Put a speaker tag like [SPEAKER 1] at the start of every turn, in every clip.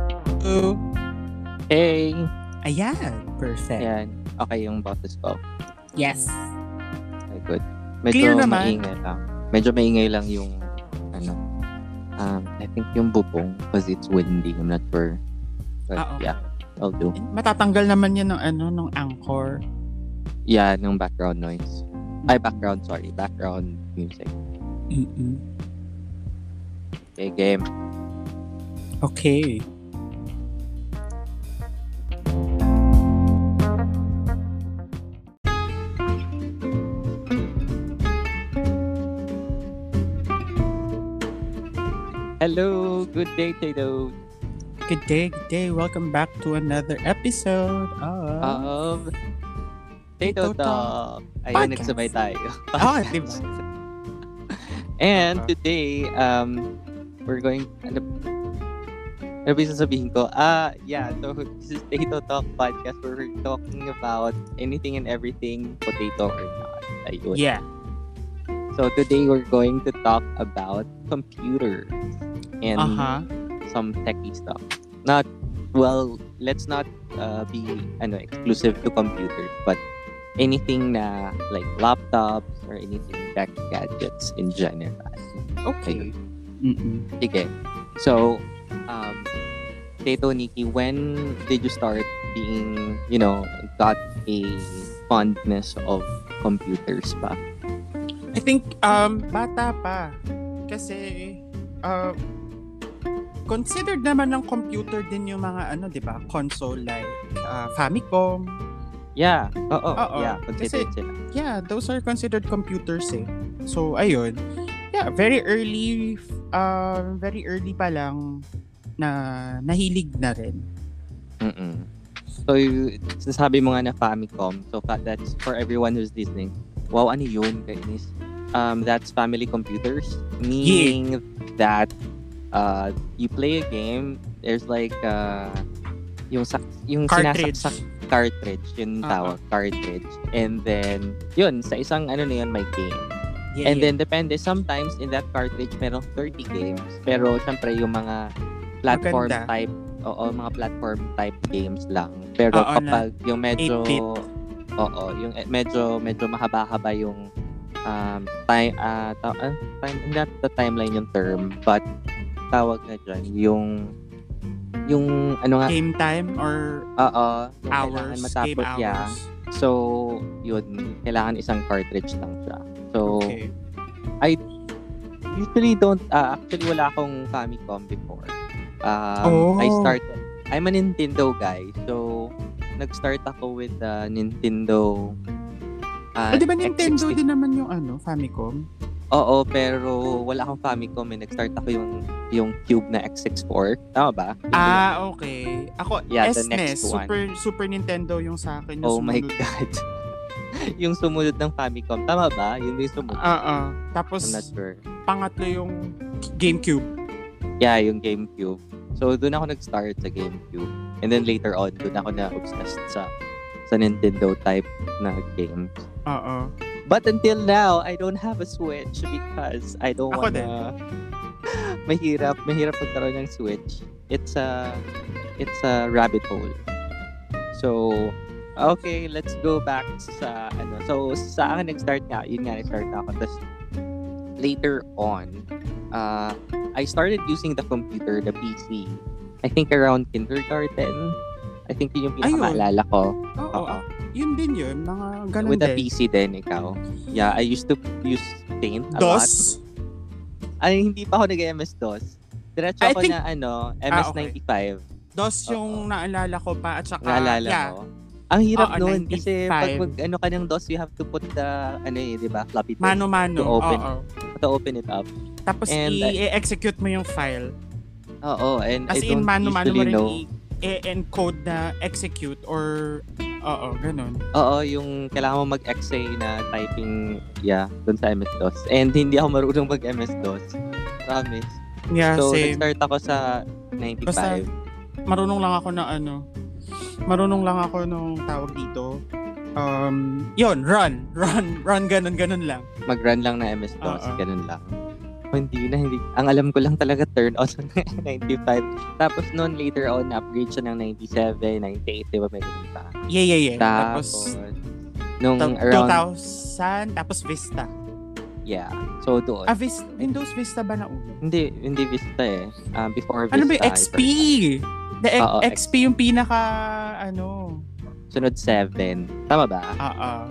[SPEAKER 1] Hello!
[SPEAKER 2] Hey!
[SPEAKER 1] Ayan, perfect.
[SPEAKER 2] Ayan. Okay yung boses ko.
[SPEAKER 1] Yes.
[SPEAKER 2] Okay, good. Medyo
[SPEAKER 1] Clear naman.
[SPEAKER 2] maingay lang. Medyo maingay lang yung, ano, um, I think yung bubong because it's windy. I'm not sure. But
[SPEAKER 1] Ah, okay.
[SPEAKER 2] yeah, I'll do.
[SPEAKER 1] Matatanggal naman yan ng ano, ng anchor.
[SPEAKER 2] Yeah, nung background noise. Ay, background, sorry. Background music.
[SPEAKER 1] mm
[SPEAKER 2] Okay, game.
[SPEAKER 1] Okay.
[SPEAKER 2] Hello! Good day, Tato!
[SPEAKER 1] Good day, good day. Welcome back to another episode of...
[SPEAKER 2] Of... Tato
[SPEAKER 1] Tato
[SPEAKER 2] Um,
[SPEAKER 1] Talk
[SPEAKER 2] Talk! Ayun,
[SPEAKER 1] Podcast.
[SPEAKER 2] nagsabay tayo.
[SPEAKER 1] Ah, di ba?
[SPEAKER 2] And
[SPEAKER 1] Tama.
[SPEAKER 2] today, um, we're going, ano, ano ba yung sasabihin ko? Ah, yeah, so this is Potato Talk Podcast where we're talking about anything and everything potato or not. Ayun.
[SPEAKER 1] yeah.
[SPEAKER 2] So today, we're going to talk about computers and
[SPEAKER 1] Aha.
[SPEAKER 2] some techy stuff. Not, well, let's not uh, be ano, exclusive to computers, but anything na like laptops or anything tech gadgets in general.
[SPEAKER 1] Okay. mm
[SPEAKER 2] Sige. So, um, Tato, Nikki, when did you start being, you know, got a fondness of computers pa?
[SPEAKER 1] I think, um, bata pa. Kasi, uh, considered naman ng computer din yung mga ano, di ba? Console like uh, Famicom,
[SPEAKER 2] Yeah. Oo.
[SPEAKER 1] Oo.
[SPEAKER 2] Yeah. Considered sila.
[SPEAKER 1] yeah, those are considered computers eh. So, ayun. Yeah, very early, uh, very early pa lang na nahilig na rin.
[SPEAKER 2] Mm-mm. So, y- sinasabi mo nga na Famicom. So, fa- that's for everyone who's listening. Wow, ano yun, guys? Um, that's family computers. Meaning that uh, you play a game, there's like uh, yung, sak- yung
[SPEAKER 1] Cartridge.
[SPEAKER 2] sinasaksak cartridge, yun
[SPEAKER 1] Ah,
[SPEAKER 2] tawag, cartridge. And then, yun, sa isang ano na yun, may game.
[SPEAKER 1] Yeah,
[SPEAKER 2] And then, depende, sometimes in that cartridge, merong 30 games. Pero, syempre, yung mga platform
[SPEAKER 1] Maganda.
[SPEAKER 2] type, oo, mga platform type games lang. Pero
[SPEAKER 1] Oo,
[SPEAKER 2] kapag yung medyo,
[SPEAKER 1] 8-bit.
[SPEAKER 2] oo, yung eh, medyo, medyo mahaba-haba yung um, time, ah, ta- ah, time, not the timeline yung term, but tawag na dyan, yung, yung, ano nga,
[SPEAKER 1] game time or
[SPEAKER 2] oo, yung
[SPEAKER 1] hours,
[SPEAKER 2] kailangan
[SPEAKER 1] game
[SPEAKER 2] matapos,
[SPEAKER 1] hours.
[SPEAKER 2] yeah. So, yun, kailangan isang cartridge lang siya. So,
[SPEAKER 1] Okay.
[SPEAKER 2] usually don't ah, actually wala akong Famicom before. Um,
[SPEAKER 1] Oh.
[SPEAKER 2] I started I'm a Nintendo guy. So nag-start ako with the Nintendo ah,
[SPEAKER 1] Ah, di ba Nintendo
[SPEAKER 2] X60.
[SPEAKER 1] din naman yung ano, Famicom?
[SPEAKER 2] Oo, pero wala akong Famicom. Eh. Nag-start ako yung yung cube na X64. Tama ba?
[SPEAKER 1] Ah, okay. Ako,
[SPEAKER 2] Yeah, the
[SPEAKER 1] SNES,
[SPEAKER 2] next one.
[SPEAKER 1] Super, Super Nintendo yung sa akin. Yung
[SPEAKER 2] oh my
[SPEAKER 1] sumunod.
[SPEAKER 2] God. yung sumunod ng Famicom. Tama ba? Yun yung sumunod.
[SPEAKER 1] Ah, ah. Tapos,
[SPEAKER 2] I'm not sure.
[SPEAKER 1] pangatlo yung GameCube.
[SPEAKER 2] Yeah, yung GameCube. So, doon ako nag-start sa GameCube. And then later on, doon ako na-obsessed sa sa Nintendo type na games.
[SPEAKER 1] Oo.
[SPEAKER 2] But until now, I don't have a Switch because I don't
[SPEAKER 1] Ako
[SPEAKER 2] wanna... mahirap, mahirap magkaroon ng Switch. It's a, it's a rabbit hole. So, okay, let's go back sa, ano, so sa akin nag-start nga, yun nga, nag-start ako. Tapos, later on, uh, I started using the computer, the PC, I think around kindergarten. I think yun yung
[SPEAKER 1] Ayun.
[SPEAKER 2] pinakamaalala ko.
[SPEAKER 1] Oo. ah,
[SPEAKER 2] Oo.
[SPEAKER 1] Yun din yun. Mga ganun
[SPEAKER 2] Uh-uh. With the
[SPEAKER 1] din.
[SPEAKER 2] PC din, ikaw. Yeah, I used to use Paint a lot.
[SPEAKER 1] DOS.
[SPEAKER 2] Ay, hindi pa ako nag-MS-DOS. Diretso
[SPEAKER 1] I
[SPEAKER 2] ako
[SPEAKER 1] think-
[SPEAKER 2] na, ano,
[SPEAKER 1] Ah,
[SPEAKER 2] MS-95.
[SPEAKER 1] DOS
[SPEAKER 2] Oo.
[SPEAKER 1] yung naalala ko pa at saka
[SPEAKER 2] Naalala
[SPEAKER 1] Ah, yeah.
[SPEAKER 2] mo? Ang hirap
[SPEAKER 1] Oo,
[SPEAKER 2] nun kasi pag
[SPEAKER 1] 95.
[SPEAKER 2] mag, ano ka ng DOS, you have to put the, ano eh, di ba, floppy disk
[SPEAKER 1] Mano-mano.
[SPEAKER 2] To open.
[SPEAKER 1] Oo.
[SPEAKER 2] to open it up.
[SPEAKER 1] Tapos
[SPEAKER 2] And, uh,
[SPEAKER 1] i-execute mo yung file.
[SPEAKER 2] Oo, and
[SPEAKER 1] As
[SPEAKER 2] I don't
[SPEAKER 1] in mano-mano
[SPEAKER 2] usually
[SPEAKER 1] mo rin
[SPEAKER 2] know.
[SPEAKER 1] i- i-encode na execute or oo, ganun.
[SPEAKER 2] Oo, yung kailangan mo mag-XA na typing, yeah, dun sa MS-DOS. And hindi ako marunong mag-MS-DOS. Promise.
[SPEAKER 1] Yeah,
[SPEAKER 2] so,
[SPEAKER 1] same.
[SPEAKER 2] nag-start ako sa 95.
[SPEAKER 1] Basta- marunong lang ako na ano. Marunong lang ako nung tawag dito. Um, yun, run, run, run, ganun, ganun lang.
[SPEAKER 2] Mag-run lang na MS-DOS,
[SPEAKER 1] Oo.
[SPEAKER 2] ganun lang. Oh, hindi na, hindi. Ang alam ko lang talaga turn on ng 95. Tapos noon later on, upgrade siya ng 97, 98, di ba? May ganun pa.
[SPEAKER 1] Yeah, yeah, yeah.
[SPEAKER 2] Tapos,
[SPEAKER 1] Tapos,
[SPEAKER 2] nung
[SPEAKER 1] ta-
[SPEAKER 2] around,
[SPEAKER 1] 2000, tapos Vista.
[SPEAKER 2] yeah. So doon.
[SPEAKER 1] Ah, Vis- Windows Vista ba na ulo?
[SPEAKER 2] hindi, hindi Vista eh. Um, before Vista.
[SPEAKER 1] Ano ba yung
[SPEAKER 2] I
[SPEAKER 1] XP?
[SPEAKER 2] forgot.
[SPEAKER 1] The X-
[SPEAKER 2] Oo,
[SPEAKER 1] XP yung pinaka, ano,
[SPEAKER 2] Sunod 7. Tama ba?
[SPEAKER 1] ah, ah.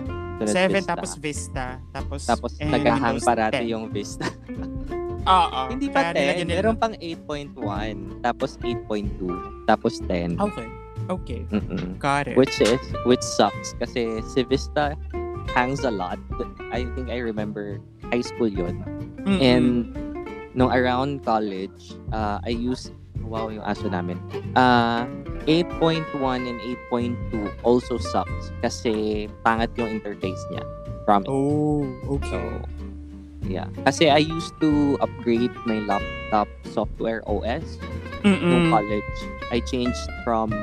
[SPEAKER 2] Sunod
[SPEAKER 1] 7,
[SPEAKER 2] Vista.
[SPEAKER 1] tapos Vista. Tapos,
[SPEAKER 2] Tapos
[SPEAKER 1] and
[SPEAKER 2] nagahang
[SPEAKER 1] Windows
[SPEAKER 2] parati
[SPEAKER 1] 10.
[SPEAKER 2] yung Vista.
[SPEAKER 1] Oo.
[SPEAKER 2] hindi pa
[SPEAKER 1] kaya nilagyan
[SPEAKER 2] 10.
[SPEAKER 1] nila-
[SPEAKER 2] Meron pang 8.1. Tapos 8.2. Tapos 10.
[SPEAKER 1] Okay. Okay.
[SPEAKER 2] Mm-mm.
[SPEAKER 1] Got it.
[SPEAKER 2] which is which sucks kasi si Vista hangs a lot. I think I remember high school yun.
[SPEAKER 1] Mm-mm.
[SPEAKER 2] And nung around college, uh, I used wow yung aso namin. Uh, 8.1 and 8.2 also sucks kasi pangat yung interface niya. Promise.
[SPEAKER 1] Oh,
[SPEAKER 2] So,
[SPEAKER 1] okay.
[SPEAKER 2] yeah. Kasi I used to upgrade my laptop software OS nung
[SPEAKER 1] Mm-mm.
[SPEAKER 2] college, I changed from,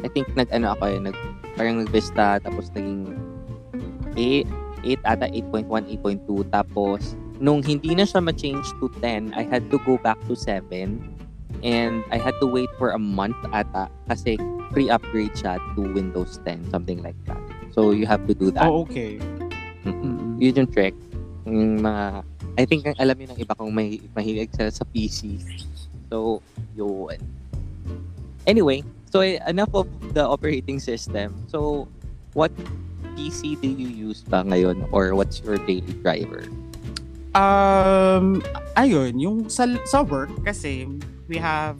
[SPEAKER 2] I think nag-ano ako eh, nag, parang nag-Vista, tapos naging 8, 8 ata, 8.1, 8.2, tapos nung hindi na siya ma-change to 10, I had to go back to 7, and I had to wait for a month ata, kasi pre-upgrade siya to Windows 10, something like that. So, you have to do that.
[SPEAKER 1] Oh, okay.
[SPEAKER 2] Mm-mm.
[SPEAKER 1] Mm-mm.
[SPEAKER 2] Yun yung trick. Yung mga, I think ang alam yun ng iba kung may mahilig sila sa PC. So, yun. Anyway, so eh, enough of the operating system. So, what PC do you use ba ngayon? Or what's your daily driver?
[SPEAKER 1] Um, ayun, yung sa, sa work kasi we have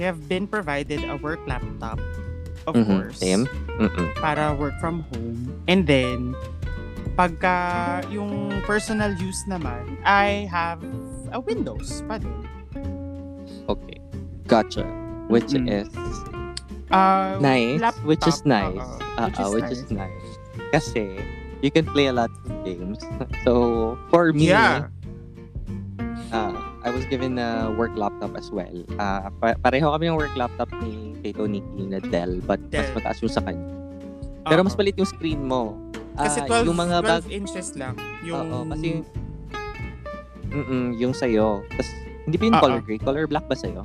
[SPEAKER 1] we have been provided a work laptop of
[SPEAKER 2] Mhm,
[SPEAKER 1] course
[SPEAKER 2] Same? Mm-mm.
[SPEAKER 1] para work from home and then pagka yung personal use naman I have a Windows pa din.
[SPEAKER 2] Okay. Gotcha. Which
[SPEAKER 1] Mm.
[SPEAKER 2] is
[SPEAKER 1] Uh,
[SPEAKER 2] nice.
[SPEAKER 1] laptop,
[SPEAKER 2] which is nice.
[SPEAKER 1] oo,
[SPEAKER 2] Uh,
[SPEAKER 1] which is
[SPEAKER 2] which is
[SPEAKER 1] nice.
[SPEAKER 2] nice. Kasi, you can play a lot of games. So, for me,
[SPEAKER 1] Yeah.
[SPEAKER 2] uh, I was given a work laptop as well. Uh, pa- pareho kami ng work laptop ni Tito Nikki na Dell, but mas
[SPEAKER 1] Dell.
[SPEAKER 2] mataas yung sa kanya. Pero
[SPEAKER 1] Oo.
[SPEAKER 2] mas maliit yung screen mo. Ah,
[SPEAKER 1] kasi 12,
[SPEAKER 2] yung mga
[SPEAKER 1] 12
[SPEAKER 2] bag,
[SPEAKER 1] inches lang yung
[SPEAKER 2] Oo, kasi yung, mm yung sa'yo. Tas, hindi pa yung
[SPEAKER 1] Oo.
[SPEAKER 2] color gray? Color black ba sa'yo?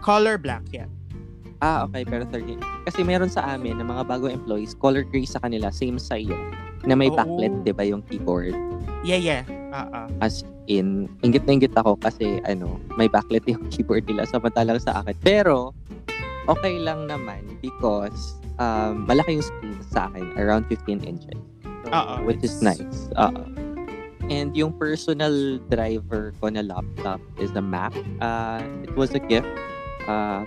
[SPEAKER 1] color black yeah.
[SPEAKER 2] Ah, okay, pero 13. Kasi meron sa amin ng mga bagong employees, color gray sa kanila, same sa iyo, na may
[SPEAKER 1] Oo.
[SPEAKER 2] backlit, di ba, yung keyboard.
[SPEAKER 1] Yeah, yeah. Ah, ah.
[SPEAKER 2] As in, ingit na ingit ako kasi ano, may backlit yung keyboard nila samantalang sa akin. Pero, okay lang naman because um, malaki yung screen sa akin, around 15 inches. So,
[SPEAKER 1] Oo,
[SPEAKER 2] which is
[SPEAKER 1] it's-
[SPEAKER 2] nice. Oo. And yung personal driver ko na laptop is a Mac. Uh, it was a gift uh,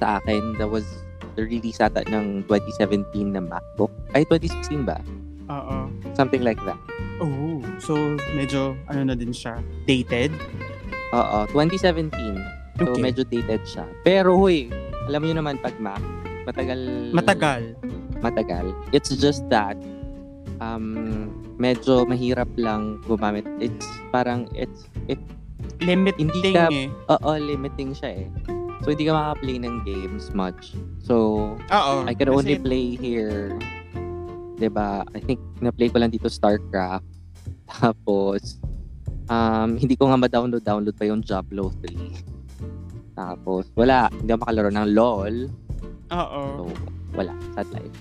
[SPEAKER 2] sa akin. That was the release ata ng 2017 na MacBook. Ay, 2016 ba?
[SPEAKER 1] Ah, ah.
[SPEAKER 2] Something like that.
[SPEAKER 1] Oh, so medyo ano na din siya, dated.
[SPEAKER 2] Oo, 2017. So,
[SPEAKER 1] Okay.
[SPEAKER 2] medyo dated siya. Pero, huy, alam niyo naman pag Mac, matagal...
[SPEAKER 1] Matagal.
[SPEAKER 2] Matagal. It's just that, um, medyo mahirap lang gumamit. It's parang, it's, if,
[SPEAKER 1] Limiting
[SPEAKER 2] Hindi ka-
[SPEAKER 1] eh.
[SPEAKER 2] oo, limiting siya eh. So, hindi ka makaplay ng games much. So,
[SPEAKER 1] Oo.
[SPEAKER 2] I can
[SPEAKER 1] kasi-
[SPEAKER 2] only play here. 'Di ba? I think na-play ko lang dito StarCraft. Tapos, um, hindi ko nga ma-download, download pa yung Diablo 3. Tapos, wala. Hindi ako makalaro ng LOL.
[SPEAKER 1] Oo.
[SPEAKER 2] So, wala. Sad life.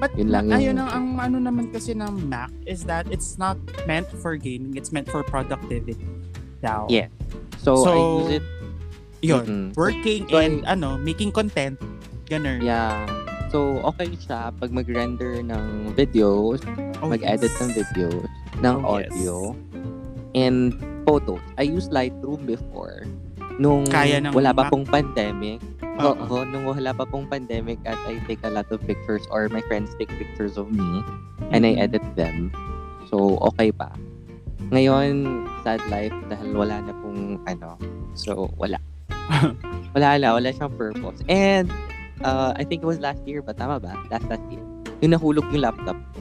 [SPEAKER 1] But
[SPEAKER 2] yun lang yung-
[SPEAKER 1] ayun ang, ang ano naman kasi ng Mac is that it's not meant for gaming, it's meant for productivity daw.
[SPEAKER 2] Yeah. Mm-hmm. So, I
[SPEAKER 1] So,
[SPEAKER 2] use it.
[SPEAKER 1] Yun.
[SPEAKER 2] Mm-mm.
[SPEAKER 1] Working
[SPEAKER 2] So,
[SPEAKER 1] and ano, making content. Ganun.
[SPEAKER 2] Yeah. So, okay siya pag mag-render ng videos,
[SPEAKER 1] Oh,
[SPEAKER 2] mag-edit
[SPEAKER 1] yes.
[SPEAKER 2] ng videos, ng
[SPEAKER 1] Oh, yes.
[SPEAKER 2] audio, and photos. I used Lightroom before. Nung
[SPEAKER 1] Kaya ng
[SPEAKER 2] wala pa
[SPEAKER 1] Mac. Uh-huh.
[SPEAKER 2] pong pandemic.
[SPEAKER 1] Oo.
[SPEAKER 2] Oo, nung wala pa pong pandemic at I take a lot of pictures or my friends take pictures of me and I
[SPEAKER 1] Mhm.
[SPEAKER 2] edit them. So, okay pa. Ngayon, sad life dahil wala na pong ano. So, wala. wala na, wala siyang purpose. And, uh, I think it was last year ba? Tama ba? Last last year. Yung nahulog yung laptop ko.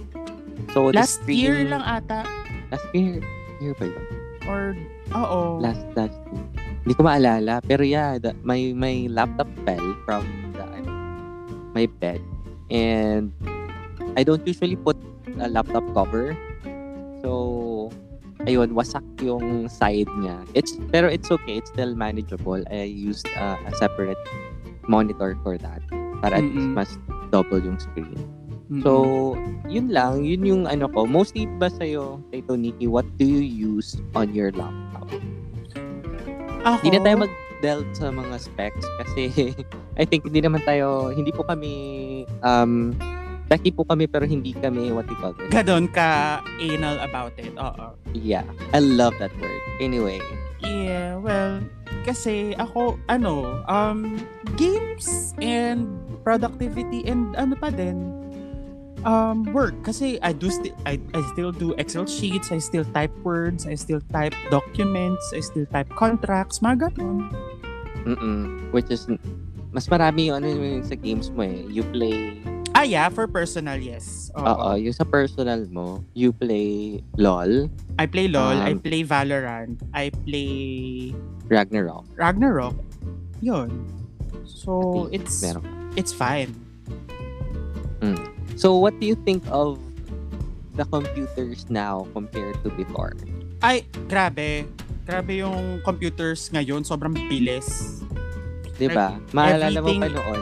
[SPEAKER 2] So, the
[SPEAKER 1] Last year
[SPEAKER 2] screen-
[SPEAKER 1] lang ata
[SPEAKER 2] Last year? Year ba yun?
[SPEAKER 1] or oo.
[SPEAKER 2] Last, last year. Hindi ko maalala. Pero yeah, the, my, my laptop fell from the, ano, my bed. And I don't usually put a laptop cover. So, I ayun, wasak yung side niya. It's pero it's okay, it's still manageable. I used uh, a separate monitor for that para at least
[SPEAKER 1] Mm-mm.
[SPEAKER 2] mas double yung screen.
[SPEAKER 1] Mm-mm.
[SPEAKER 2] So, yun lang, yun yung ano ko. Mostly ba sa'yo, Tito Nikki, what do you use on your laptop?
[SPEAKER 1] ako,
[SPEAKER 2] Hindi na tayo mag-delve sa mga specs kasi I think hindi naman tayo, hindi po kami, um, Becky po kami pero hindi kami what you call this.
[SPEAKER 1] Ganon ka anal about it. Oo.
[SPEAKER 2] Yeah, I love that word. Anyway,
[SPEAKER 1] Yeah, well, kasi ako, ano, um, games and productivity and ano pa din, um, work. Kasi I do still, I, I still do Excel sheets, I still type words, I still type documents, I still type contracts, mga ganun.
[SPEAKER 2] mm which is, mas marami yung ano yung sa games mo eh. You play,
[SPEAKER 1] Ah, yeah, for personal, yes. Oo.
[SPEAKER 2] oo, yung sa personal mo, you play LOL,
[SPEAKER 1] I play LOL, I
[SPEAKER 2] Um,
[SPEAKER 1] play Valorant, I play
[SPEAKER 2] Ragnarok.
[SPEAKER 1] Ragnarok. Yun. So,
[SPEAKER 2] Pati
[SPEAKER 1] Oh, it's,
[SPEAKER 2] meron.
[SPEAKER 1] it's fine.
[SPEAKER 2] So what do you think of the computers now compared to before?
[SPEAKER 1] Ay, grabe. Grabe yung computers ngayon. Sobrang bilis.
[SPEAKER 2] 'Di ba? Maalala mo pa
[SPEAKER 1] everything-
[SPEAKER 2] noon?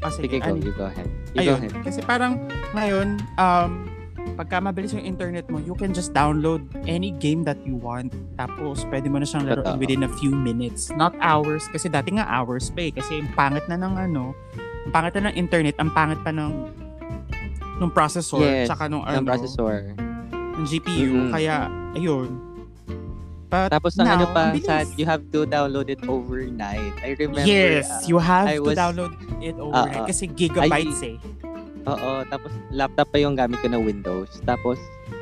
[SPEAKER 1] Ah, sige,
[SPEAKER 2] Sige, go,
[SPEAKER 1] ano-
[SPEAKER 2] you go ahead. You go
[SPEAKER 1] ayun.
[SPEAKER 2] ahead.
[SPEAKER 1] Kasi parang ngayon, um, pagka mabilis yung internet mo, you can just download any game that you want. Tapos, pwede mo na siyang
[SPEAKER 2] Totoo.
[SPEAKER 1] laruin within a few minutes. Not hours. Kasi dati nga hours pa eh. Kasi ang pangit na ng ano, ang pangit na ng internet, ang pangit pa ng nung processor,
[SPEAKER 2] Yes,
[SPEAKER 1] tsaka nung,
[SPEAKER 2] Ang
[SPEAKER 1] ano,
[SPEAKER 2] processor.
[SPEAKER 1] ng GPU.
[SPEAKER 2] Mm-mm.
[SPEAKER 1] Kaya, ayun. But
[SPEAKER 2] Tapos ang
[SPEAKER 1] now,
[SPEAKER 2] ano pa,
[SPEAKER 1] ang bilis.
[SPEAKER 2] sad, you have to download it overnight. I remember.
[SPEAKER 1] yes,
[SPEAKER 2] ah,
[SPEAKER 1] you have
[SPEAKER 2] I
[SPEAKER 1] to
[SPEAKER 2] was-
[SPEAKER 1] download it overnight
[SPEAKER 2] Ah, ah.
[SPEAKER 1] kasi gigabytes eh.
[SPEAKER 2] oo, tapos laptop pa yung gamit ko na Windows. Tapos,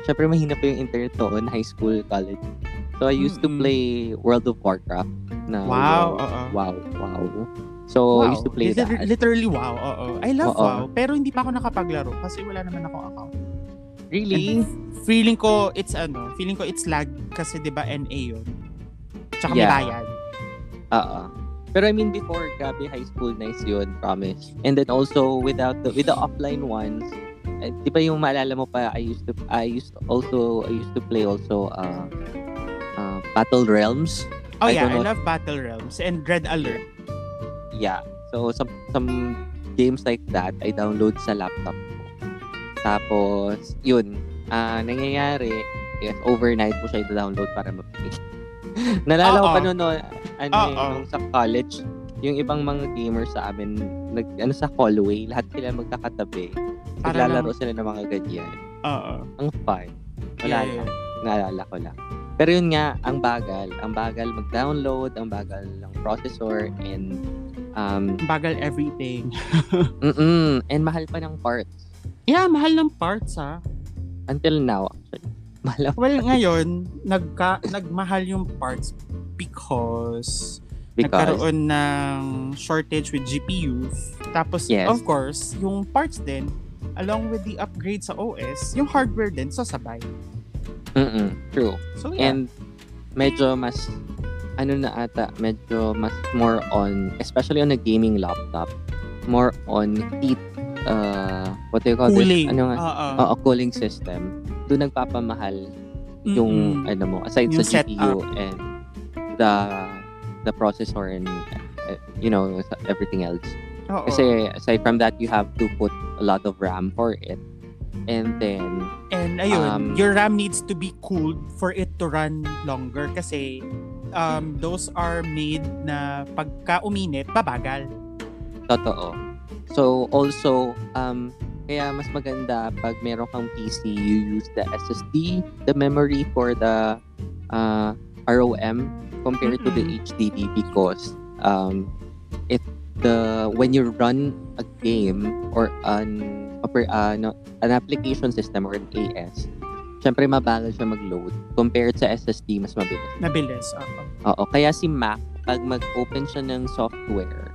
[SPEAKER 2] syempre mahina pa yung internet noon, high school, college. So I used to
[SPEAKER 1] Mm-mm.
[SPEAKER 2] play World of Warcraft. Na
[SPEAKER 1] Wow, uh-uh.
[SPEAKER 2] World-
[SPEAKER 1] oo.
[SPEAKER 2] Wow, wow. So I Oh, used to play
[SPEAKER 1] Liter-
[SPEAKER 2] that. Uh-uh.
[SPEAKER 1] Literally wow, oo. I love
[SPEAKER 2] Oo.
[SPEAKER 1] wow, pero hindi pa ako nakapaglaro kasi wala naman akong account.
[SPEAKER 2] Really?
[SPEAKER 1] And feeling ko it's ano, feeling ko it's lag kasi 'di ba NA 'yun. Tsaka may
[SPEAKER 2] Yeah.
[SPEAKER 1] bayad.
[SPEAKER 2] Oo. Pero I mean before, grabe high school nice yun, promise. And then also without the with the offline ones, eh, 'di ba yung maalala mo pa I used to I used to also I used to play also uh, uh Battle Realms.
[SPEAKER 1] Oh
[SPEAKER 2] I
[SPEAKER 1] yeah,
[SPEAKER 2] don't
[SPEAKER 1] I
[SPEAKER 2] know.
[SPEAKER 1] love Battle Realms and Red Alert.
[SPEAKER 2] Yeah. So some some games like that I download sa laptop ko. Tapos yun, ah nangyayari yes, overnight mo siya i-download para mag-play. Nalala ko
[SPEAKER 1] Oo.
[SPEAKER 2] pa noon, no, ano eh,
[SPEAKER 1] Oo.
[SPEAKER 2] nung sa college, yung ibang mga gamers sa amin, nag, ano sa hallway, lahat sila magkakatabi.
[SPEAKER 1] Para
[SPEAKER 2] Naglalaro sila ng mga ganyan.
[SPEAKER 1] Oo.
[SPEAKER 2] Ang fun. Wala
[SPEAKER 1] Yeah,
[SPEAKER 2] lang. Naalala ko lang. Pero yun nga, ang bagal. Ang bagal mag-download, ang bagal ng processor, and um,
[SPEAKER 1] Bagal everything.
[SPEAKER 2] mm and mahal pa ng parts.
[SPEAKER 1] Yeah, mahal ng parts ha.
[SPEAKER 2] Until now, actually. Mahal ang
[SPEAKER 1] Well, ngayon, nagka, nagmahal yung parts because
[SPEAKER 2] because,
[SPEAKER 1] nagkaroon ng shortage with GPUs. Tapos,
[SPEAKER 2] Yes.
[SPEAKER 1] of course, yung parts din, along with the upgrade sa OS, yung hardware din, sasabay.
[SPEAKER 2] mm true.
[SPEAKER 1] So, yeah.
[SPEAKER 2] And medyo mas ano na ata, medyo mas more on especially on a gaming laptop, more on heat uh what do you call
[SPEAKER 1] cooling.
[SPEAKER 2] this?
[SPEAKER 1] Uh-uh. Uh-huh.
[SPEAKER 2] Ano nga?
[SPEAKER 1] Oo.
[SPEAKER 2] Oo, cooling system. Doon nagpapamahal yung
[SPEAKER 1] Mm-mm.
[SPEAKER 2] ano mo aside
[SPEAKER 1] Yung
[SPEAKER 2] sa
[SPEAKER 1] setup.
[SPEAKER 2] GPU and the the processor and uh, you know everything else.
[SPEAKER 1] Oo.
[SPEAKER 2] Kasi aside from that, you have to put a lot of RAM for it. And then
[SPEAKER 1] And ayun,
[SPEAKER 2] um,
[SPEAKER 1] your RAM needs to be cooled for it to run longer kasi um, those are made na pagka uminit, babagal.
[SPEAKER 2] Totoo. So, also, um, kaya mas maganda pag meron kang PC, you use the SSD, the memory for the uh, ROM compared to the
[SPEAKER 1] Mm-mm.
[SPEAKER 2] HDD because um, it the when you run a game or an or, uh, no, an application system or an AS, syempre mabagal siya mag-load compared sa SSD mas mabilis.
[SPEAKER 1] Mabilis. Uh-uh. Oo.
[SPEAKER 2] Oo, kaya si Mac, pag mag-open siya ng software,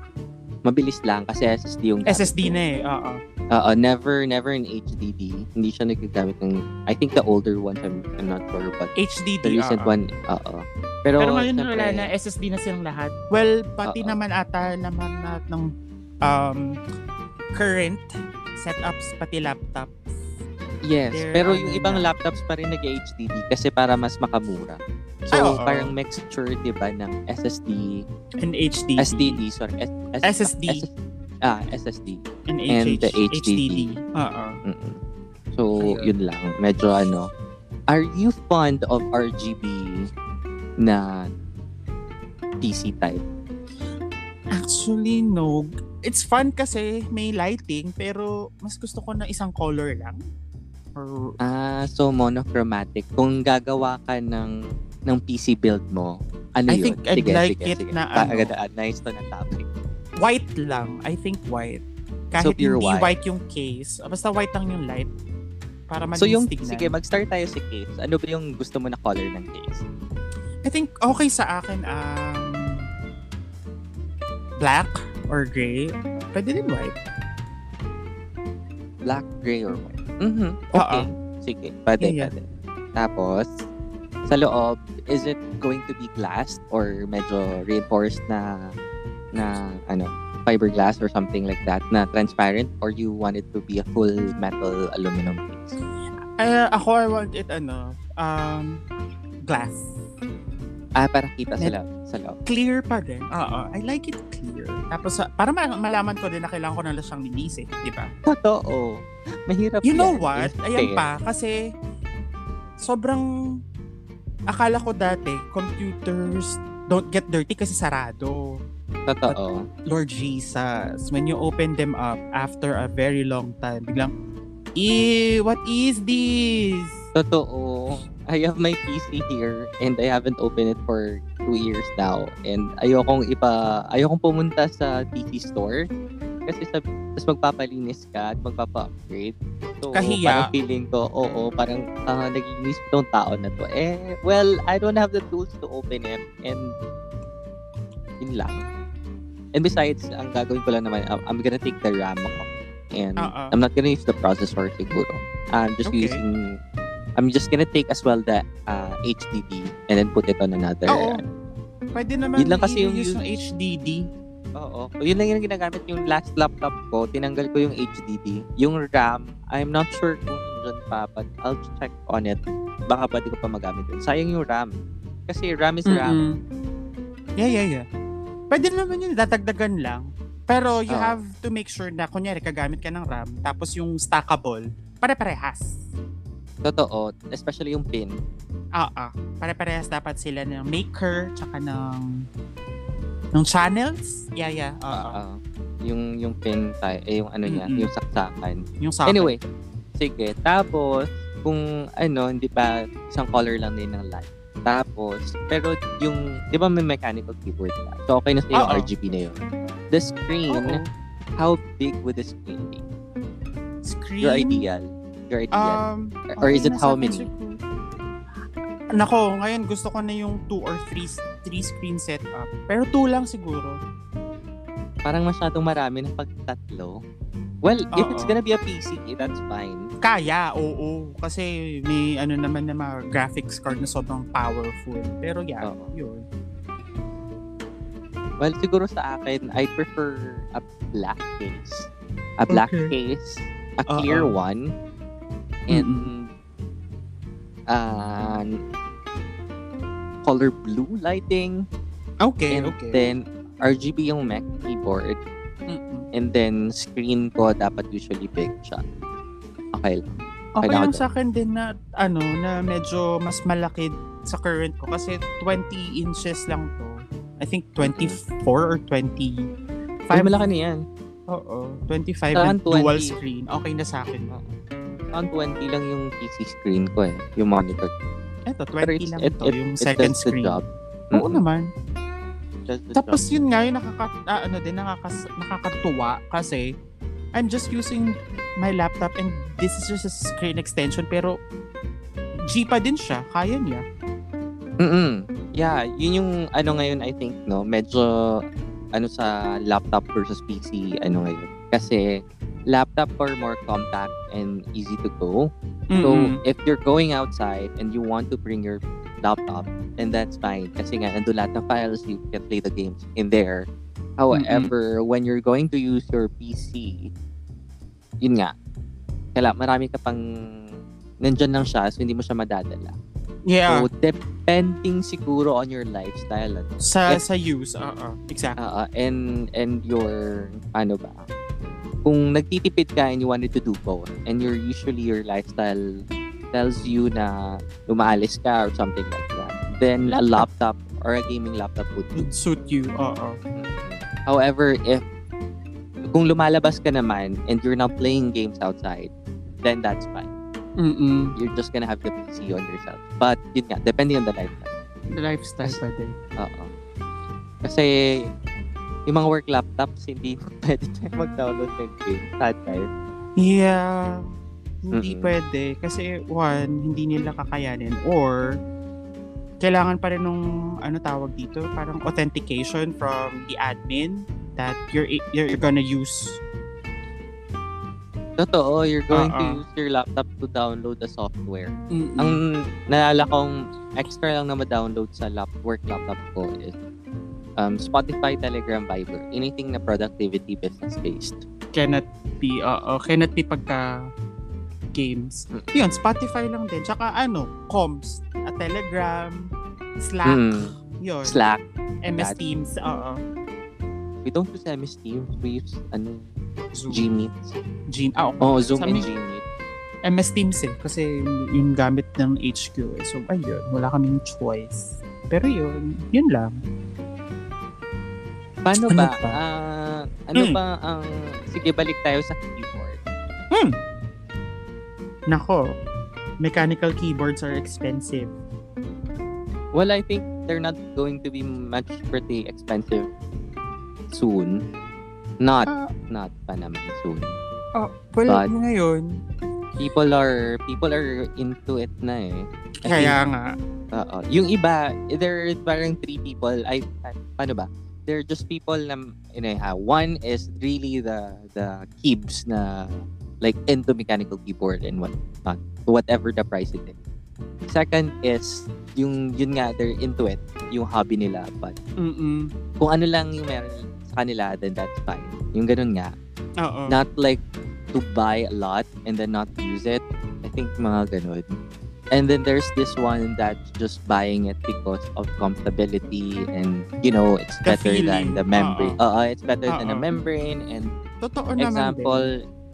[SPEAKER 2] mabilis lang kasi SSD yung gamit
[SPEAKER 1] SSD
[SPEAKER 2] niya.
[SPEAKER 1] na eh. Oo.
[SPEAKER 2] Oo, never, never an HDD. Hindi siya nagagamit ng, I think the older one, I'm, I'm not sure, but
[SPEAKER 1] HDD.
[SPEAKER 2] the recent
[SPEAKER 1] oo.
[SPEAKER 2] one, oo. Pero,
[SPEAKER 1] Pero ngayon
[SPEAKER 2] syempre,
[SPEAKER 1] wala na, SSD na silang lahat. Well, pati
[SPEAKER 2] Oo.
[SPEAKER 1] naman ata naman lahat ng um, current setups, pati laptop.
[SPEAKER 2] Yes,
[SPEAKER 1] They're,
[SPEAKER 2] pero yung
[SPEAKER 1] ano
[SPEAKER 2] ibang
[SPEAKER 1] na.
[SPEAKER 2] laptops pa rin nag-HDD kasi para mas makamura. So,
[SPEAKER 1] Ay, oo.
[SPEAKER 2] parang mixture, di ba, ng SSD,
[SPEAKER 1] An HDD.
[SPEAKER 2] SDD, sorry, S- S-
[SPEAKER 1] SSD.
[SPEAKER 2] SS- ah, SSD.
[SPEAKER 1] An
[SPEAKER 2] and the
[SPEAKER 1] HH-
[SPEAKER 2] HDD.
[SPEAKER 1] Oo.
[SPEAKER 2] Mm-mm. So,
[SPEAKER 1] Ayun.
[SPEAKER 2] yun lang. Medyo ano. Are you fond of RGB na PC type?
[SPEAKER 1] Actually, no. It's fun kasi may lighting, pero mas gusto ko na isang color lang. Or,
[SPEAKER 2] Ah, so monochromatic. Kung gagawa ka ng ng PC build mo, ano
[SPEAKER 1] I
[SPEAKER 2] yun?
[SPEAKER 1] think I'd like it na
[SPEAKER 2] Ta-
[SPEAKER 1] ano.
[SPEAKER 2] agad- ah, nice to na topic.
[SPEAKER 1] white lang. I think white. Kahit
[SPEAKER 2] So, pure
[SPEAKER 1] hindi
[SPEAKER 2] white.
[SPEAKER 1] white. yung case. ah, Basta white lang yung light. Para malinis
[SPEAKER 2] So yung,
[SPEAKER 1] tignan.
[SPEAKER 2] sige, mag-start tayo sa case. Ano ba yung gusto mo na color ng case?
[SPEAKER 1] I think okay sa akin ang black or gray. Pwede din white.
[SPEAKER 2] Black, gray, or white? Mm-hmm. Okay.
[SPEAKER 1] Oo.
[SPEAKER 2] Sige, pwede,
[SPEAKER 1] Yeah, yeah.
[SPEAKER 2] pwede. Tapos, sa loob, is it going to be glass or medyo reinforced na na ano fiberglass or something like that na transparent or you want it to be a full metal aluminum piece?
[SPEAKER 1] Ah, ako, I want it, ano, um, glass.
[SPEAKER 2] Ah, para kita sa loob. Sa loob.
[SPEAKER 1] Clear pa din. Oo, I like it clear. Tapos, ah, para ma- malaman ko din na kailangan ko na lang siyang linisin, di ba?
[SPEAKER 2] Totoo. Mahirap
[SPEAKER 1] You know
[SPEAKER 2] yan.
[SPEAKER 1] what?
[SPEAKER 2] It's
[SPEAKER 1] Ayan
[SPEAKER 2] fair.
[SPEAKER 1] pa, kasi sobrang akala ko dati, computers don't get dirty kasi sarado.
[SPEAKER 2] Totoo.
[SPEAKER 1] Lord Jesus, when you open them up after a very long time, biglang, eh, what is this?
[SPEAKER 2] Totoo. I have my PC here and I haven't opened it for two years now. And ayokong ipa, ayokong pumunta sa PC store kasi sa, tas magpapalinis ka at magpapa-upgrade. So,
[SPEAKER 1] Kahiya.
[SPEAKER 2] parang feeling ko, oo, parang ah, nagiginis ko tong tao na to. Eh, well, I don't have the tools to open it and yun lang. And besides, ang gagawin ko lang naman, I'm- I'm gonna take the RAM ako. And
[SPEAKER 1] Oo.
[SPEAKER 2] I'm not gonna use the processor siguro. I'm Ah, just
[SPEAKER 1] Okay.
[SPEAKER 2] using I'm just gonna take as well the uh, HDD and then put it on another.
[SPEAKER 1] Oo. Pwede naman
[SPEAKER 2] Yun lang kasi yung
[SPEAKER 1] i-use
[SPEAKER 2] use-
[SPEAKER 1] ng HDD.
[SPEAKER 2] Oo. ah, oh, Yun lang yung ginagamit yung last laptop ko. Tinanggal ko yung HDD. Yung RAM, I'm not sure kung nandun pa but I'll check on it. Baka pwede ko pa magamit yun. Sayang yung RAM. Kasi RAM is RAM.
[SPEAKER 1] Mm-mm. Yeah, yeah, yeah. Pwede naman yun, dadagdagan lang. Pero you
[SPEAKER 2] Oo.
[SPEAKER 1] have to make sure na, kunyari, kagamit ka ng RAM, tapos yung stackable, pare-parehas.
[SPEAKER 2] Totoo. Especially yung pin.
[SPEAKER 1] Oo. Pare-parehas dapat sila ng maker, tsaka ng ng channels. Yeah, yeah. Oo.
[SPEAKER 2] Oo. Ah, yung yung pin tayo, eh, yung ano niya,
[SPEAKER 1] Mm-mm.
[SPEAKER 2] yung saksakan.
[SPEAKER 1] Yung socket.
[SPEAKER 2] Anyway, sige. Tapos, kung ano, hindi pa isang color lang din ng light. Tapos, pero yung, di ba may mechanical keyboard na? So, okay na sa'yo yung
[SPEAKER 1] Oo.
[SPEAKER 2] RGB na yun. The screen,
[SPEAKER 1] Oo.
[SPEAKER 2] how big would the screen be?
[SPEAKER 1] Screen.
[SPEAKER 2] Your ideal. Your ideal.
[SPEAKER 1] Um,
[SPEAKER 2] or is
[SPEAKER 1] okay
[SPEAKER 2] it
[SPEAKER 1] na
[SPEAKER 2] how
[SPEAKER 1] sa akin
[SPEAKER 2] many?
[SPEAKER 1] siguro. Nako, ngayon gusto ko na yung 2 or 3 three screen setup. Pero 2 lang siguro.
[SPEAKER 2] Parang masyadong marami na pag tatlo. Well, if it's
[SPEAKER 1] Oo.
[SPEAKER 2] gonna be a PC, eh, that's fine.
[SPEAKER 1] Kaya, oo. Kasi may ano naman na mga graphics card na sobrang powerful. Pero yeah,
[SPEAKER 2] Oo.
[SPEAKER 1] yun.
[SPEAKER 2] Well, siguro sa akin, I prefer a black case. A black
[SPEAKER 1] Okay.
[SPEAKER 2] case, a clear
[SPEAKER 1] Oo.
[SPEAKER 2] one, and uh, color blue lighting,
[SPEAKER 1] Okay,
[SPEAKER 2] and
[SPEAKER 1] okay.
[SPEAKER 2] then RGB yung Mac keyboard,
[SPEAKER 1] Mm-mm.
[SPEAKER 2] and then screen ko dapat usually big siya. Okay lang.
[SPEAKER 1] Okay
[SPEAKER 2] Kailangan
[SPEAKER 1] lang
[SPEAKER 2] to.
[SPEAKER 1] sa akin din na ano na medyo mas malaki sa current ko kasi 20 inches lang to. I think 24 or 20
[SPEAKER 2] Ay, malaki na yan.
[SPEAKER 1] Oo, 25
[SPEAKER 2] Saan
[SPEAKER 1] and dual
[SPEAKER 2] 20?
[SPEAKER 1] screen. Okay na sa akin.
[SPEAKER 2] Around 20 lang yung PC screen ko eh. Yung monitor.
[SPEAKER 1] Eto,
[SPEAKER 2] Pero
[SPEAKER 1] 20 lang
[SPEAKER 2] it-
[SPEAKER 1] to,
[SPEAKER 2] it-
[SPEAKER 1] yung
[SPEAKER 2] it
[SPEAKER 1] second
[SPEAKER 2] does the
[SPEAKER 1] screen.
[SPEAKER 2] job.
[SPEAKER 1] Oo
[SPEAKER 2] Mm-mm.
[SPEAKER 1] naman.
[SPEAKER 2] It does the
[SPEAKER 1] Tapos yun nga, yung nakaka, ah, ano din, nakakas, nakakatuwa kasi I'm just using my laptop and this is just a screen extension pero G pa din siya. Kaya niya.
[SPEAKER 2] Mm-mm. Yeah, yun yung ano ngayon I think no, medyo ano sa laptop versus PC ano ngayon. Kasi laptop are more compact and easy to go. So
[SPEAKER 1] Mm-mm.
[SPEAKER 2] if you're going outside and you want to bring your laptop, then that's fine. Kasi nga nandun lahat ng files, you can play the games in there. However, when you're going to use your PC, yun nga, kailangan marami ka pang nandyan lang siya, so hindi mo siya madadala.
[SPEAKER 1] Yeah.
[SPEAKER 2] So, depending siguro on your lifestyle. ano.
[SPEAKER 1] sa
[SPEAKER 2] Yes.
[SPEAKER 1] sa use. Oo. Exactly.
[SPEAKER 2] Ah, ah, and, and your, ano ba, kung nagtitipid ka and you wanted to do both, and you're usually your lifestyle tells you na lumaalis ka or something like that, then a laptop or a gaming laptop would do.
[SPEAKER 1] Would suit you. Oo.
[SPEAKER 2] However, if kung lumalabas ka naman and you're not playing games outside, then that's fine.
[SPEAKER 1] Mm-mm.
[SPEAKER 2] You're just gonna have the PC on yourself. But yun nga, depending on the lifestyle.
[SPEAKER 1] Lifestyle
[SPEAKER 2] Kasi-
[SPEAKER 1] pa din.
[SPEAKER 2] Oo. Kasi yung mga work laptops, hindi pwede tayo mag-download ng game. Sad tayo.
[SPEAKER 1] Yeah. Hindi
[SPEAKER 2] Mm-mm.
[SPEAKER 1] pwede. Kasi, one, hindi nila kakayanin. Or, kailangan pa rin nung, ano tawag dito, parang authentication from the admin that you're you're gonna use.
[SPEAKER 2] Totoo, you're going
[SPEAKER 1] Oo.
[SPEAKER 2] to use your laptop to download the software.
[SPEAKER 1] Ang,
[SPEAKER 2] Ang naalala kong extra lang na ma-download sa lap- work laptop ko is um, Spotify, Telegram, Viber. Anything na productivity business-based.
[SPEAKER 1] cannot be, oo, cannot be pagka games.
[SPEAKER 2] Mm.
[SPEAKER 1] Yun, Spotify lang din. Tsaka ano, comms, a Telegram, Slack,
[SPEAKER 2] Mm.
[SPEAKER 1] yun.
[SPEAKER 2] Slack.
[SPEAKER 1] MS
[SPEAKER 2] that.
[SPEAKER 1] Teams, oo.
[SPEAKER 2] We don't use MS Teams. We use ano,
[SPEAKER 1] Zoom.
[SPEAKER 2] Gmeet.
[SPEAKER 1] Gmail. Ah, oo.
[SPEAKER 2] Oh, Zoom
[SPEAKER 1] Sa
[SPEAKER 2] and
[SPEAKER 1] mi-
[SPEAKER 2] Gmeet.
[SPEAKER 1] MS Teams eh. Kasi yun- yung gamit ng HQ eh. So, ayun. Wala kaming choice. Pero yun, yun lang.
[SPEAKER 2] Paano
[SPEAKER 1] Ano
[SPEAKER 2] ba?
[SPEAKER 1] pa?
[SPEAKER 2] Ah, ano
[SPEAKER 1] Mm.
[SPEAKER 2] ba ang... Sige, balik tayo sa keyboard.
[SPEAKER 1] Nako, mechanical keyboards are expensive.
[SPEAKER 2] Well, I think they're not going to be much pretty expensive soon. Not,
[SPEAKER 1] Ah.
[SPEAKER 2] not pa naman soon.
[SPEAKER 1] Oh, well,
[SPEAKER 2] But-
[SPEAKER 1] ngayon.
[SPEAKER 2] People are, people are into it na eh. I
[SPEAKER 1] Kaya nga.
[SPEAKER 2] Oo. Yung iba, there is parang three people. Ay, ay, paano ba? They're just people na, you know, ha, one is really the the keeps na like into mechanical keyboard and what not, whatever the price it is. Second is yung yun nga they're into it, yung hobby nila. But
[SPEAKER 1] Mm-mm.
[SPEAKER 2] kung ano lang yung meron sa kanila, then that's fine. Yung ganun nga.
[SPEAKER 1] Oo.
[SPEAKER 2] Not like to buy a lot and then not use it. I think mga ganun. And then there's this one that's just buying it because of comfortability and you know it's
[SPEAKER 1] The
[SPEAKER 2] better
[SPEAKER 1] feeling.
[SPEAKER 2] than the membrane. Oo, it's better than a
[SPEAKER 1] Oo.
[SPEAKER 2] membrane. And
[SPEAKER 1] Totoo naman din.
[SPEAKER 2] example,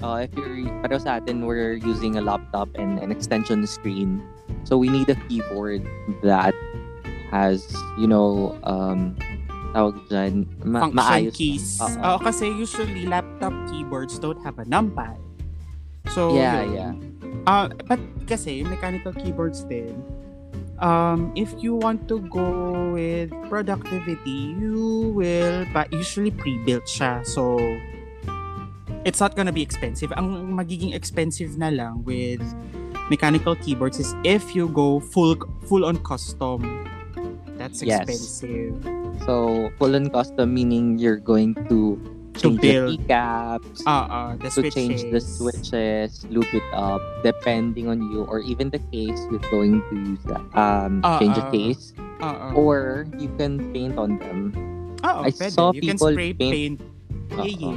[SPEAKER 2] uh, if you're pero sa atin we're using a laptop and an extension screen, so we need a keyboard that has you know um tawag dyan, ma-
[SPEAKER 1] Function
[SPEAKER 2] maayos. na.
[SPEAKER 1] keys. Oh.
[SPEAKER 2] Oo.
[SPEAKER 1] Oo, kasi usually laptop keyboards don't have a numpad. So,
[SPEAKER 2] Yeah,
[SPEAKER 1] yun.
[SPEAKER 2] yeah.
[SPEAKER 1] Uh, but kasi mechanical keyboards din, um, if you want to go with productivity, you will, but usually pre-built siya. So, it's not gonna be expensive. Ang magiging expensive na lang with mechanical keyboards is if you go full full on custom. That's
[SPEAKER 2] Yes.
[SPEAKER 1] expensive.
[SPEAKER 2] So, full on custom meaning you're going to
[SPEAKER 1] To
[SPEAKER 2] change the
[SPEAKER 1] build.
[SPEAKER 2] keycaps,
[SPEAKER 1] Ah, ah, the
[SPEAKER 2] to change the switches, loop it up, depending on you, or even the case you're going to use that. Um,
[SPEAKER 1] Ah,
[SPEAKER 2] change the
[SPEAKER 1] ah.
[SPEAKER 2] case,
[SPEAKER 1] Ah, ah.
[SPEAKER 2] or you can paint on them.
[SPEAKER 1] Ah, ah,
[SPEAKER 2] Oh, I
[SPEAKER 1] pwede.
[SPEAKER 2] saw
[SPEAKER 1] you can
[SPEAKER 2] people
[SPEAKER 1] spray paint.
[SPEAKER 2] paint. Oo.
[SPEAKER 1] Yeah, yeah.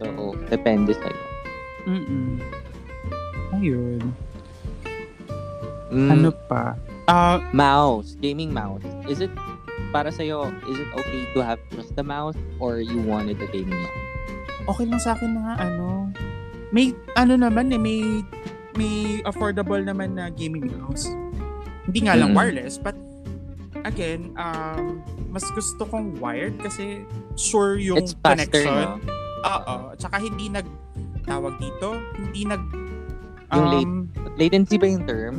[SPEAKER 2] So, depende sa'yo.
[SPEAKER 1] Mm-mm. Ayun.
[SPEAKER 2] Mm,
[SPEAKER 1] Ano pa? Ah,
[SPEAKER 2] Mouse, gaming mouse. Is it, para sa'yo, is it okay to have just the mouse, or you wanted a gaming mouse?
[SPEAKER 1] okay lang sa akin na nga, ano. May, ano naman eh, may, may affordable naman na gaming mouse. Hindi nga lang
[SPEAKER 2] Mm-mm.
[SPEAKER 1] wireless, but again, um, mas gusto kong wired kasi sure yung
[SPEAKER 2] It's faster, no?
[SPEAKER 1] connection. Oo. Tsaka hindi nag, tawag dito, hindi nag,
[SPEAKER 2] Yung
[SPEAKER 1] um,
[SPEAKER 2] late- Latency ba yung term?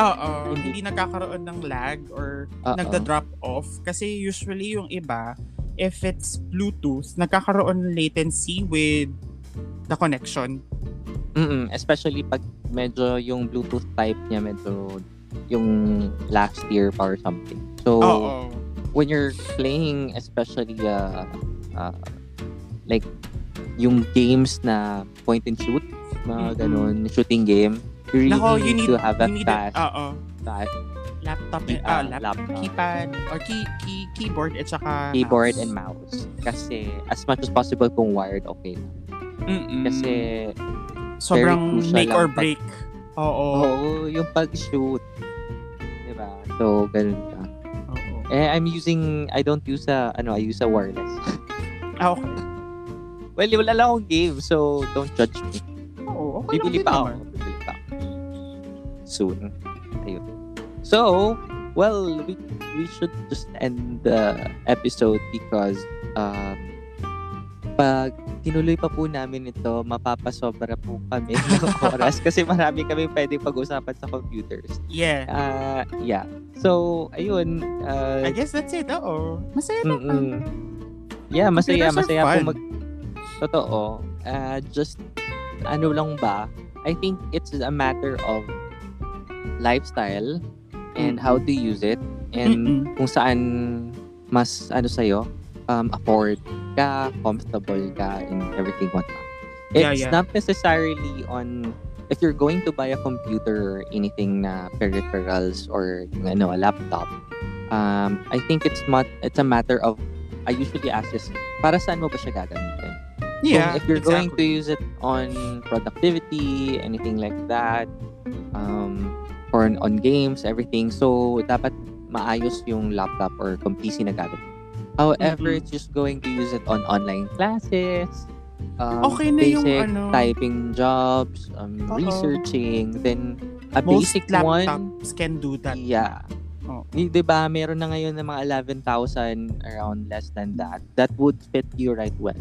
[SPEAKER 1] Oo,
[SPEAKER 2] Hindi.
[SPEAKER 1] hindi nagkakaroon ng lag or
[SPEAKER 2] Oo.
[SPEAKER 1] nagda-drop off kasi usually yung iba if it's bluetooth nagkakaroon ng latency with the connection
[SPEAKER 2] Mm-mm, especially pag medyo yung Bluetooth type niya medyo yung last year pa or something. So,
[SPEAKER 1] oo
[SPEAKER 2] when you're playing especially uh, uh, like yung games na point and shoot, mga
[SPEAKER 1] Mm-mm.
[SPEAKER 2] ganun, shooting game, you really
[SPEAKER 1] Nako, you
[SPEAKER 2] need,
[SPEAKER 1] need-
[SPEAKER 2] to have a
[SPEAKER 1] you need
[SPEAKER 2] fast,
[SPEAKER 1] a- uh, oo
[SPEAKER 2] fast
[SPEAKER 1] laptop
[SPEAKER 2] key-
[SPEAKER 1] eh, ah,
[SPEAKER 2] uh,
[SPEAKER 1] lap-
[SPEAKER 2] laptop,
[SPEAKER 1] keypad or key, key keyboard at saka
[SPEAKER 2] keyboard and mouse. Kasi as much as possible kung wired, okay. lang.
[SPEAKER 1] Mm-mm.
[SPEAKER 2] Kasi
[SPEAKER 1] sobrang
[SPEAKER 2] crucial
[SPEAKER 1] make
[SPEAKER 2] lang
[SPEAKER 1] or
[SPEAKER 2] pag-
[SPEAKER 1] break Oo.
[SPEAKER 2] Oo, yung pag-shoot. Diba? So, ganun ka.
[SPEAKER 1] Oo.
[SPEAKER 2] Eh, I'm using, I don't use a, ano, I use a wireless.
[SPEAKER 1] Ah, okay.
[SPEAKER 2] well, wala lang akong game, so don't judge me.
[SPEAKER 1] Oo, okay lang
[SPEAKER 2] Bibili
[SPEAKER 1] din
[SPEAKER 2] pa
[SPEAKER 1] naman.
[SPEAKER 2] ako. Bibili pa ako. Soon. Ayun. So, well, we, we should just end the episode because um, pag tinuloy pa po namin ito, mapapasobra po kami ng oras kasi marami kami pwedeng pag-usapan sa computers.
[SPEAKER 1] Yeah.
[SPEAKER 2] Ah, yeah. So, ayun. Uh,
[SPEAKER 1] I guess that's it. Oo. Masaya lang.
[SPEAKER 2] mm-mm. yeah, masaya.
[SPEAKER 1] Computers are
[SPEAKER 2] Masaya
[SPEAKER 1] fun.
[SPEAKER 2] po mag... Totoo. Ah, just, ano lang ba? I think it's a matter of lifestyle and how to use it and
[SPEAKER 1] Mm-mm.
[SPEAKER 2] kung saan mas, ano sa'yo, um, afford ka, comfortable ka, and everything whatnot. It's
[SPEAKER 1] Yeah, yeah.
[SPEAKER 2] not necessarily on if you're going to buy a computer or anything na peripherals or yung ano, a laptop, um, I think it's not, it's a matter of, I usually ask this, para saan mo ba siya gagamitin? Kung
[SPEAKER 1] Yeah,
[SPEAKER 2] if you're going to
[SPEAKER 1] exactly.
[SPEAKER 2] use it on productivity, anything like that, um, or on, on games, everything, so dapat maayos yung laptop or kung PC na gamit. However,
[SPEAKER 1] Mhm.
[SPEAKER 2] it's just going to use it on online classes, um,
[SPEAKER 1] Okay na yung
[SPEAKER 2] basic
[SPEAKER 1] ano.
[SPEAKER 2] typing jobs, um,
[SPEAKER 1] Oo.
[SPEAKER 2] researching, then a
[SPEAKER 1] Most
[SPEAKER 2] basic one.
[SPEAKER 1] laptops can do that. Oh.
[SPEAKER 2] Yeah.
[SPEAKER 1] Oo.
[SPEAKER 2] Di, di ba, meron na ngayon ng mga 11,000 around less than that. That would fit you right well.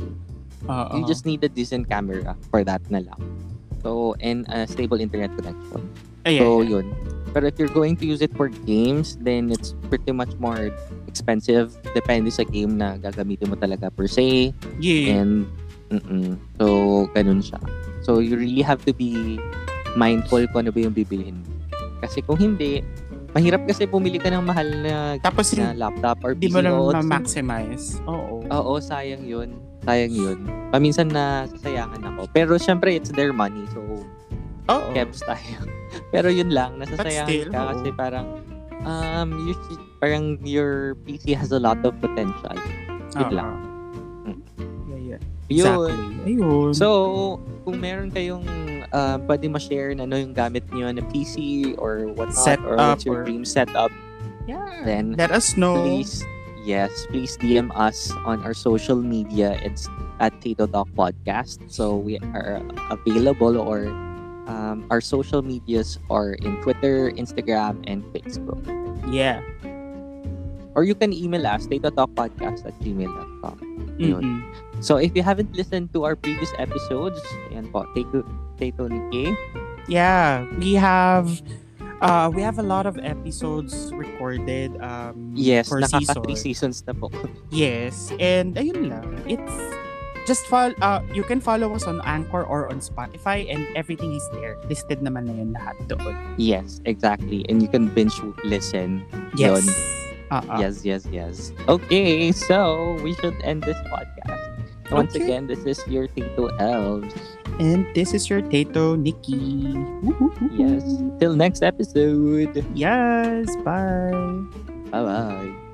[SPEAKER 1] Oo.
[SPEAKER 2] You just need a decent camera for that na lang. So, and a stable internet connection.
[SPEAKER 1] Ayan,
[SPEAKER 2] so,
[SPEAKER 1] ayan.
[SPEAKER 2] yun. Pero if you're going to use it for games, then it's pretty much more expensive. Depende sa game na gagamitin mo talaga per se.
[SPEAKER 1] Yeah.
[SPEAKER 2] And, mm So, ganun siya. So, you really have to be mindful kung ano ba yung bibilhin mo. Kasi kung hindi, mahirap kasi pumili ka ng mahal na,
[SPEAKER 1] Tapos
[SPEAKER 2] na
[SPEAKER 1] hindi
[SPEAKER 2] laptop or PC
[SPEAKER 1] mo lang
[SPEAKER 2] mo.
[SPEAKER 1] ma-maximize. Oo.
[SPEAKER 2] Oo, sayang yun. Sayang yun. Paminsan na sasayangan ako. Pero syempre, it's their money. So,
[SPEAKER 1] Oo.
[SPEAKER 2] keps tayo. Pero yun lang, nasasayangan
[SPEAKER 1] Oh. still,
[SPEAKER 2] ka
[SPEAKER 1] oo.
[SPEAKER 2] kasi parang um, you should, parang your PC has a lot of potential. Yun
[SPEAKER 1] Oo.
[SPEAKER 2] lang. Mm.
[SPEAKER 1] Uh-huh. Yeah, yeah.
[SPEAKER 2] Yun.
[SPEAKER 1] Ah, Exactly. Ayun.
[SPEAKER 2] So, kung meron kayong uh, pwede ma-share na ano yung gamit niyo na PC or whatnot or
[SPEAKER 1] Setup
[SPEAKER 2] what's your
[SPEAKER 1] or-
[SPEAKER 2] dream setup,
[SPEAKER 1] yeah.
[SPEAKER 2] then
[SPEAKER 1] Let us know.
[SPEAKER 2] please, yes, please DM us on our social media. It's at Tito Talk Podcast. So we are available or um, our social medias are in Twitter, Instagram, and Facebook.
[SPEAKER 1] Yeah.
[SPEAKER 2] Or you can email us, Podcast at gmail.com. Yun.
[SPEAKER 1] Mm-mm.
[SPEAKER 2] So if you haven't listened to our previous episodes, ayan po, Tito, Tito ni Kay.
[SPEAKER 1] Yeah, we have uh we have a lot of episodes recorded um
[SPEAKER 2] Yes,
[SPEAKER 1] for
[SPEAKER 2] nakaka
[SPEAKER 1] season.
[SPEAKER 2] three seasons na po.
[SPEAKER 1] Yes, and ayun lang. It's just follow uh you can follow us on Anchor or on Spotify and everything is there. Listed naman na yun lahat doon.
[SPEAKER 2] yes, exactly. And you can binge listen Yun.
[SPEAKER 1] Yes. Uh-uh.
[SPEAKER 2] Yes, yes, yes. Okay, so we should end this podcast. Once
[SPEAKER 1] Okay.
[SPEAKER 2] again, this is your Tito Elves.
[SPEAKER 1] And this is your Tato Nikki. Woo-hoo-hoo.
[SPEAKER 2] Yes. Till next episode.
[SPEAKER 1] Yes, bye.
[SPEAKER 2] Bye bye.